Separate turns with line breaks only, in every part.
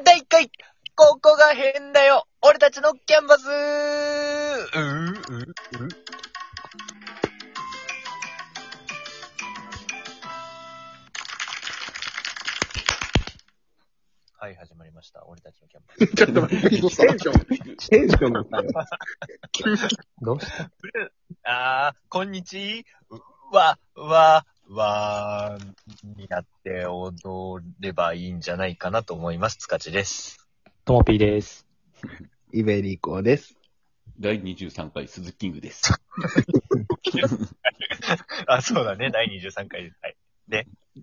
ん第1回、ここが変だよ、俺たちのキャンバスうーうーうーはい、始まりました。俺たちのキャンバス。
ちょっと待って、テンション、テンションがさ、
どうした
あー、こんにちは、わ、わ、になって踊ればいいんじゃないかなと思います。つかちです。
ともぴーです。
イベリコです。
第23回鈴キングです。
あ、そうだね。第23回です。はい。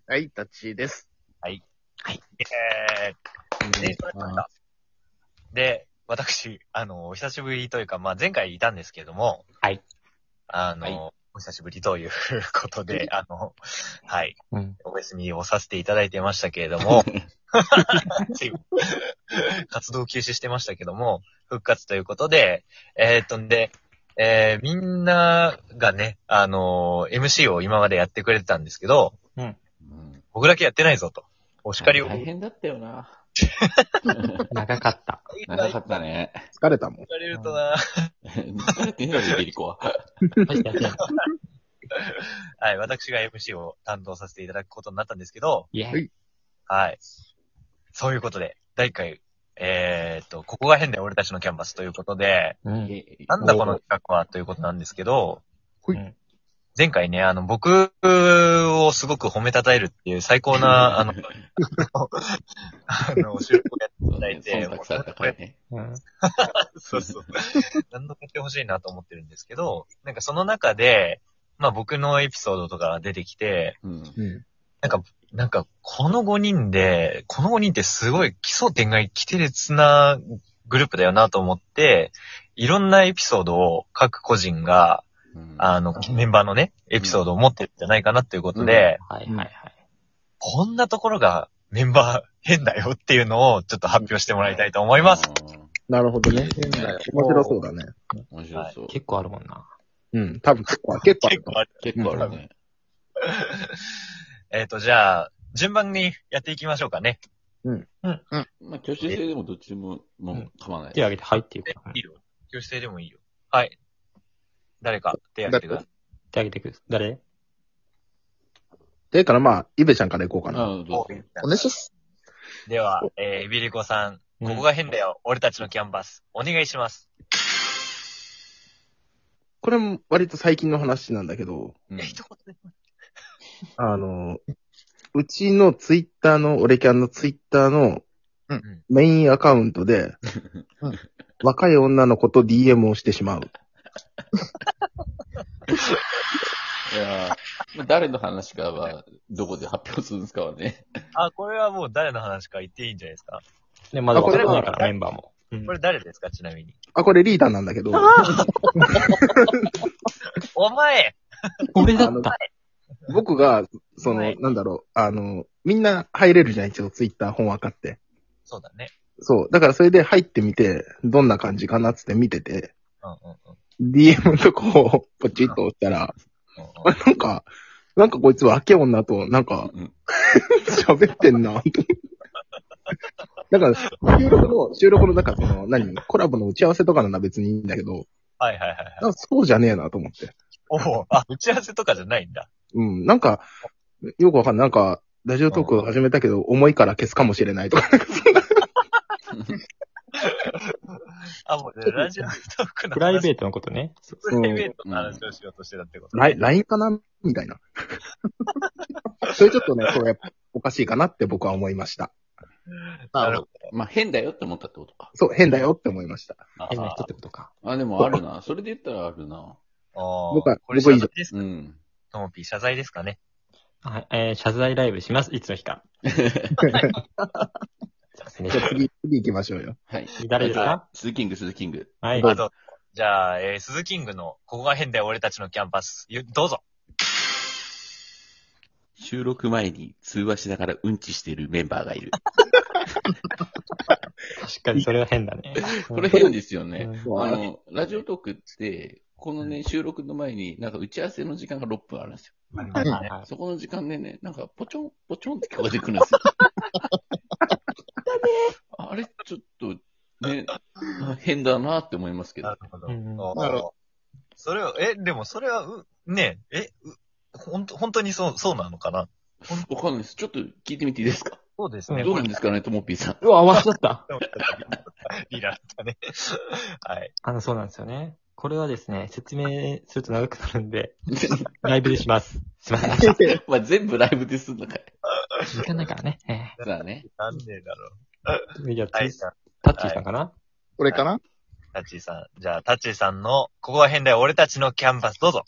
はい、タッチーです。
えー、で、で、私、あの、お久しぶりというか、まあ、前回いたんですけども、
はい。
あの、
はい
お久しぶりという ことで、あの、はい、
うん。
お休みをさせていただいてましたけれど も、 すいません活動休止してましたけども、復活ということで、えーっと、んで、えーみんながね、あの MC を今までやってくれてたんですけど、
うん
僕だけやってないぞと。お叱りを。
大変だったよな。
長かった。
長かった ね。
疲れたもん。
られるとな。
疲れてねえだろ、イベリコは。
はい、私が MC を担当させていただくことになったんですけど、
イェ
は
イ
い。
はい。そういうことで、第1回、えーっと、ここが変だよ、俺たちのキャンバスということで、
うん。
なんだこの企画はということなんですけど、
ほい
うん
前回ね、あの、僕をすごく褒めたたえるっていう最高 な、あの、あの、収録をや
そう
だ
ね
いて
忖度されたからね。
うん。
そうそう。何度もやってほしいなと思ってるんですけど、なんかその中で、まあ僕のエピソードとかが出てきて、
うん。
うん。
なんか、この5人で、この5人ってすごい奇想天外、奇て烈なグループだよなと思って、いろんなエピソードを各個人が、
うん
あの、メンバーのね、エピソードを持ってるんじゃないかなということで、
はいはいはい。
こんなところがメンバー変だよっていうのをちょっと発表してもらいたいと思います。。
うん
なるほどね。
変だよ
面白そうだね。
面白そう。
結構あるもんな。
うん。多分結構、結構ある
結構ある。
結構あるね。
えっと、じゃあ、順番にやっていきましょうかね。
まあ、挙手制でもどっちでも、もう構わない。
手挙げて入っていく
え
から。
い
手
いよ。教室でもいいよ。はい。誰か手挙げてください。
挙げてく。誰
というからまあ、イベちゃんから行こうかな。
あどうぞ
お願いします。
では、えー、イビリコさん、ここが変だよ、俺たちのキャンバス。お願いします。
これも割と最近の話なんだけど、
うん
言で。
あの、うちのツイッターの、俺キャンのツイッターの
うん
メインアカウント で、若い女の子と DM をしてしまう。
いやーまあ誰の話かは、どこで発表するんですかはね。
あ、これはもう誰の話か言っていいんじゃないですか。
ね、まだ
あこ
分
れ
からないから、メンバーも。うん
これ誰ですか、ちなみに。
あ、これリーダーなんだけど、
お前
俺だった。
僕が、その、
はい
なんだろう、あの、みんな入れるじゃん、一応ツイッター本分かって。
そうだね。
そう。だからそれで入ってみて、どんな感じかなっつって見てて、
うんうんうん。
DM のとこをポチッと押したら、
うんう
あ
ん
なんか、なんかこいつ若け女と、なんか、
うん
喋ってんな、とだから、収録の、収録の、なんかその、何コラボの打ち合わせとかなら別にいいんだけど、
はいはいはいはい。
なんかそうじゃねえなと思って。
おお、あ、打ち合わせとかじゃないんだ。
うん、なんか、よくわかんない。なんか、ラジオトークを始めたけど、重いから消すかもしれないとか、なんかそんな
あ、もうね、ラジオトークの話
プライベートのことね。
プライベートの話をしようとしてたってこと、
ライン LINE かなみたいな。 それちょっとね、これ、おかしいかなって僕は思いました。
なるほど。
まあ、変だよって思ったってことか。
そう、変だよって思いました。
変な人ってことか。
あ、でもあるな。それで言ったらあるな。
あー
僕は
これ謝
僕
罪
は以上
ですか
うん。
トモピー謝罪ですかね。
はい。えー、謝罪ライブします。いつの日か。
じゃあ次、次行きましょうよ。
はい。
誰ですか
鈴キング、鈴キング。
はい。
あと、じゃあ、えー、鈴キングの、ここが変だよ、俺たちのキャンパス。ゆどうぞ。
収録前に通話しながらうんちしているメンバーが いる。
確かにそれは変だね。
これ変ですよね。
うん
あの、ラジオトークって、このね、収録の前に、なんか打ち合わせの時間が6分あるんです
うんはいはいは
よ。
い
そこの時間でね、なんか、ポチョン、ポチョンって聞こえてくるんですよ。変だなって思いますけ
な
ど
る。ほど。
うん
あー
なるほ
それは、え、でもそれは、う、ねえ、え、う、ほんと、本当にそう、そうなのかな
わかんないです。ちょっと聞いてみていいですか
そうです
ね
どうなんですかね、ともっぴーさ ん。
うわ、忘れた。
リラだね。 はい。
あの、そうなんですよね。これはですね、説明すると長くなるんで、ライブでします。すい ません。
まあ全部ライブですんのかい。
時間ないからね。え
だね。
なんでだろう。
えじゃあ、
はい、
つ
じゃあ
タッチーさんかな
これかな
タッチーさん。じゃあ、タッチーさんの、ここが変だよ、俺たちのキャンバス、どうぞ。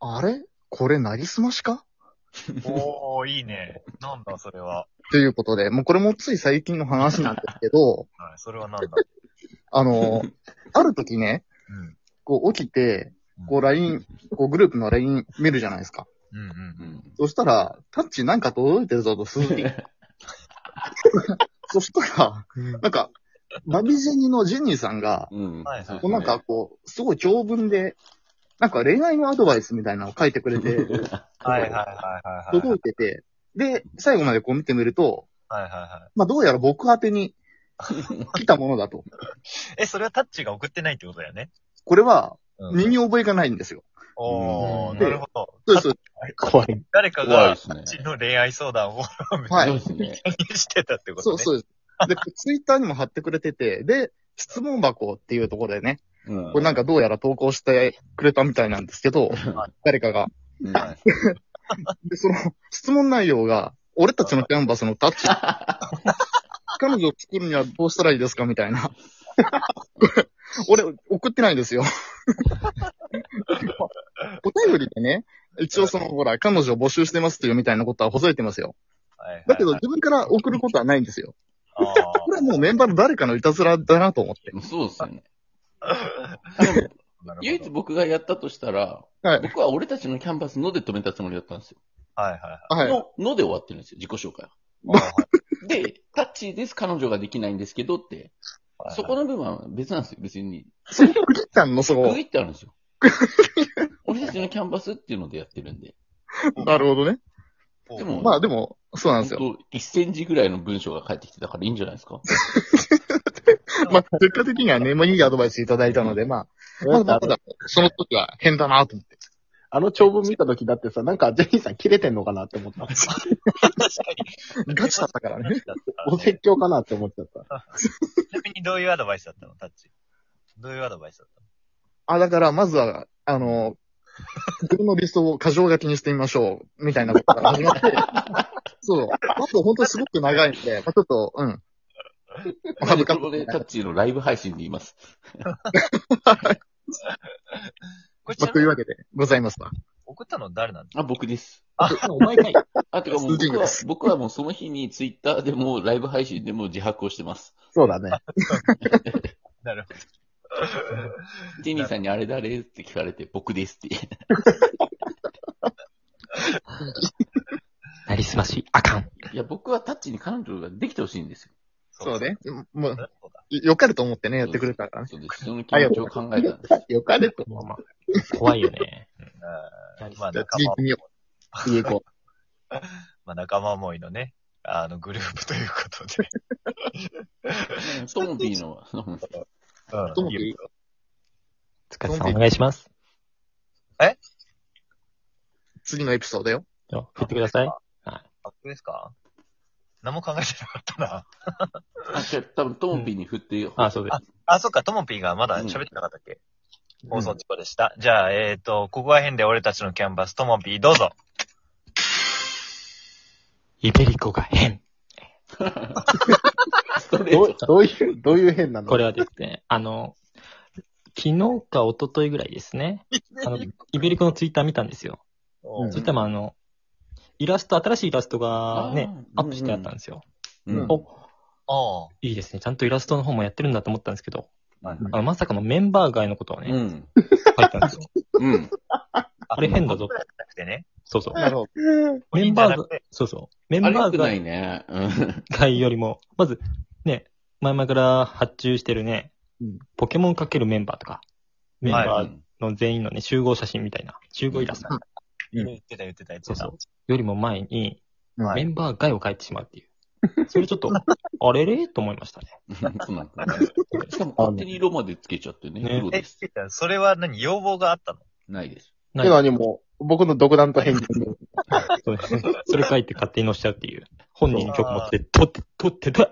あれこれなりすましか
おー、いいね。なんだ、それは。
ということで、もうこれもつい最近の話なんですけ ど、
はい、それはなんだ。
あの、ある時ね、
うん。
こう起きて、こう
ら。
LINE、こうグループの LINE 見るじゃないですか。
うんうん。
うん。
そしたら、タッチなんか届いてるぞと鈴 木。そしたら、なんか、バビジェニのジェニーさんが、
うん。
はいはい
こうなんかこう、すごい長文で、なんか恋愛のアドバイスみたいなのを書いてくれて、
はいはいはいはい。はい
届いてて、で、最後までこう見てみると、
はいは
まあどうやら僕宛てに来たものだと。
い。え、それはタッチーが送ってないってことだよね。
これは、
うん
身に覚えがないんですよ。
お
うん
ー、なるほど。
そうです。
怖い。
誰か
怖い
が
で、すね
う。ちの恋愛相談を
はい
そうですね。
何してたってこ
そ
と
う
ね。
そうです。で、ツイッターにも貼ってくれてて、で、質問箱っていうところでね、
うん
これなんかどうやら投稿してくれたみたいなんですけど、誰かが。
うん
で、その質問内容が、俺たちのキャンバスのタッチ。彼女を作るにはどうしたらいいですかみたいな。 俺、送ってないんですよ。 お便りでね、一応その、ほら、彼女を募集してますっていうみたいなことはほざいてますよ。
はいはいはい
だけど、自分から送ることはないんですよ。
あ
これはもうメンバーの誰かのいたずらだなと思って。
そうですよね。
ーなるほど
唯一僕がやったとしたら、
はい。
僕は俺たちのキャンバスので止めたつもりだったんですよ。
はいはいはい。
はい。
の、ので終わってるんですよ、自己紹 介は。
あーはい
で、タッチーです、彼女ができないんですけどって、
はい
そこの部分は別なんですよ、別に。
クリッタンのそ
区
こ
切。ってある んですよ。俺たちのキャンバスっていうのでやってるんで。
なるほどね。
でも
まあでも、そうなんですよ。
ほんと1センチぐらいの文章が返ってきてたからいいんじゃないですか
まあ、結果的にはね、まあいいアドバイスいただいたので、まあ、まだまだ、その時は変だなと思って。
あの長文見た時だってさ、なんかジェニーさん切れてんのかなって思った。
確かに。
ガチだったからね。
お説教かなって思っちゃった。
ちなみにどういうアドバイスだったのタッチ。どういうアドバイスだっ
あ、だから、まずは、あの、 自分の理想を過剰書きにしてみましょう、みたいなことから始まって、 そう。あと、本当にすごく長いんで、まあ、ちょっと、うん。お恥ずかし
ここでタ
い。
ッチーのライブ配信で言います。
たこれち
まあ、
なみ
という
に
わけで、ございますわ。
送ったの誰なんです
あ、僕です。
お前かい。
あ、てかもう
スージン
僕
グ
は
で、
僕はもうその日にツイッターでもライブ配信でも自白をしてます。
そうだね。
かなるほ
ジェニーさんにあれ誰って聞かれて、僕ですって。
なりすまし、あかん。
いや、僕はタッチーに彼女ができてほしいんですよ。
そうね。も
ど。
う、
なるほど
よかれと思ってね、やってくれたからね。
そうです。その気持ちを考えたんです。
よかれと。
まあまあ、怖いよね。
うんまあ
じゃあ
仲
次
間
行っ、てみよ
家こ
まあ仲間思いのね、あのグループということで。
トモビーの、その
うん
どうも
いいよ
つかさん、お願いします。
う。次のエピソードよ。
じゃあ振ってください。
あ僕ですか何も考えてなかったな。
あ、じゃあ多分トモビーに振って、
あ、そうです。
あ、そっか、ともぴーがまだ喋ってなかったっけ、放送事故でした。じゃあ、えっ、ー、と、ここが変で俺たちのキャンバス、ともぴーどうぞ。
イベリコが変。
スト
う。
レ
ど
ー
う
ト。
どういう、どういう変なの
これはですね、あの、昨日か一昨日ぐらいですね。あの、イベリコのツイッター見たんですよ。
お
ツイッターもあの、イラスト、新しいイラストがね、
あ
ア
ー
ップしてあったんですよ。
うんうん
お、
おー
いいですね。ちゃんとイラストの方もやってるんだと思ったんですけど、
はい
あのまさかのメンバー外のことを
う
ね、
ん。
書いたんですよ。
うん。
あれ変だぞ
僕らじゃなくてね。
そうそう。
なるほど。
メン
じゃな
バー
く
外
て、
そうそう。メン
あれ
バ
良
ー
くな
外
いね。うん。
外よりも、まず、ね、前々から発注してるね、
うん
ポケモンかけるメンバーとか、メン
は
バーの全員のね、集合写真みたいな、集合イラスト、
うん
言ってた言ってた言ってた。
そうそうよりも前に、
は
メ
い。
ンバー外を書いてしまうっていう。それちょっと、 あれれと思いましたね。
そうなんだね。しかも勝手に色までつけちゃってね。
ね
黒
え、
です
つ。けたそれは何要望があっ たの
ないです。
な
てのにもう、僕の独断と偏見で。
そうですねそれ書 いて勝手に載せちゃうっていう。本人に許可持って、取って、取ってた。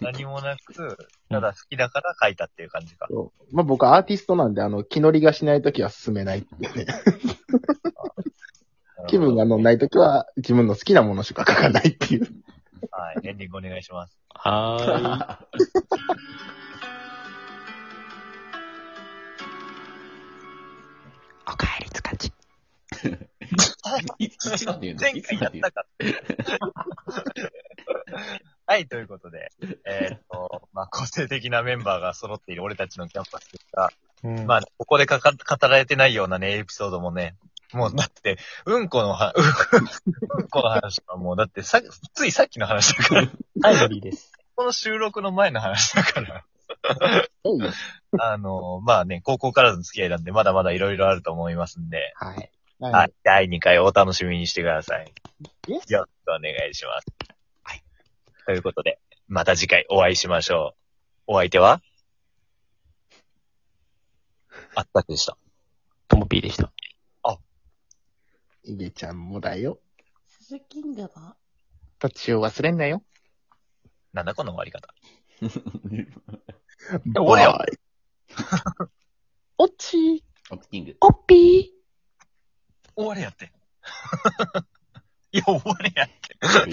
何もなく、ただ好きだから書いたっていう感じか。
そうまあ僕アーティストなんで、あの、気乗りがしないときは進めない。気分が乗んないときは、自分の好きなものしか書かないっていう。
はい、エンディングお願いし ます。
はーい。おかえりつかち。
いついつまで言うの
前回やったかった。はい、ということで、えーっと、まあ、個性的なメンバーが揃っている俺たちのキャンパスですが、
うん、
まあ、ここでかか語られてないようなね、エピソードもね、もうだって、うんこのは、うんこの話はもうだってさ、ついさっきの話だから、
タイムリーです。
この収録の前の話だから、
うんは
あの、まあね、高校からの付き合いなんで、まだまだいろいろあると思いますんで、
はい。
い
はい、第2回お楽しみにしてください。
Yes
よろしくお願いします。はい。ということで、また次回お会いしましょう。お相手はあったくでした。
ともぴーでした。
いげちゃんもだよ。
鈴キングは
タッチを忘れんなよ。
なんだこの終わり方。
バ
俺
イ
よ
オッチー
オプティング。
オッピー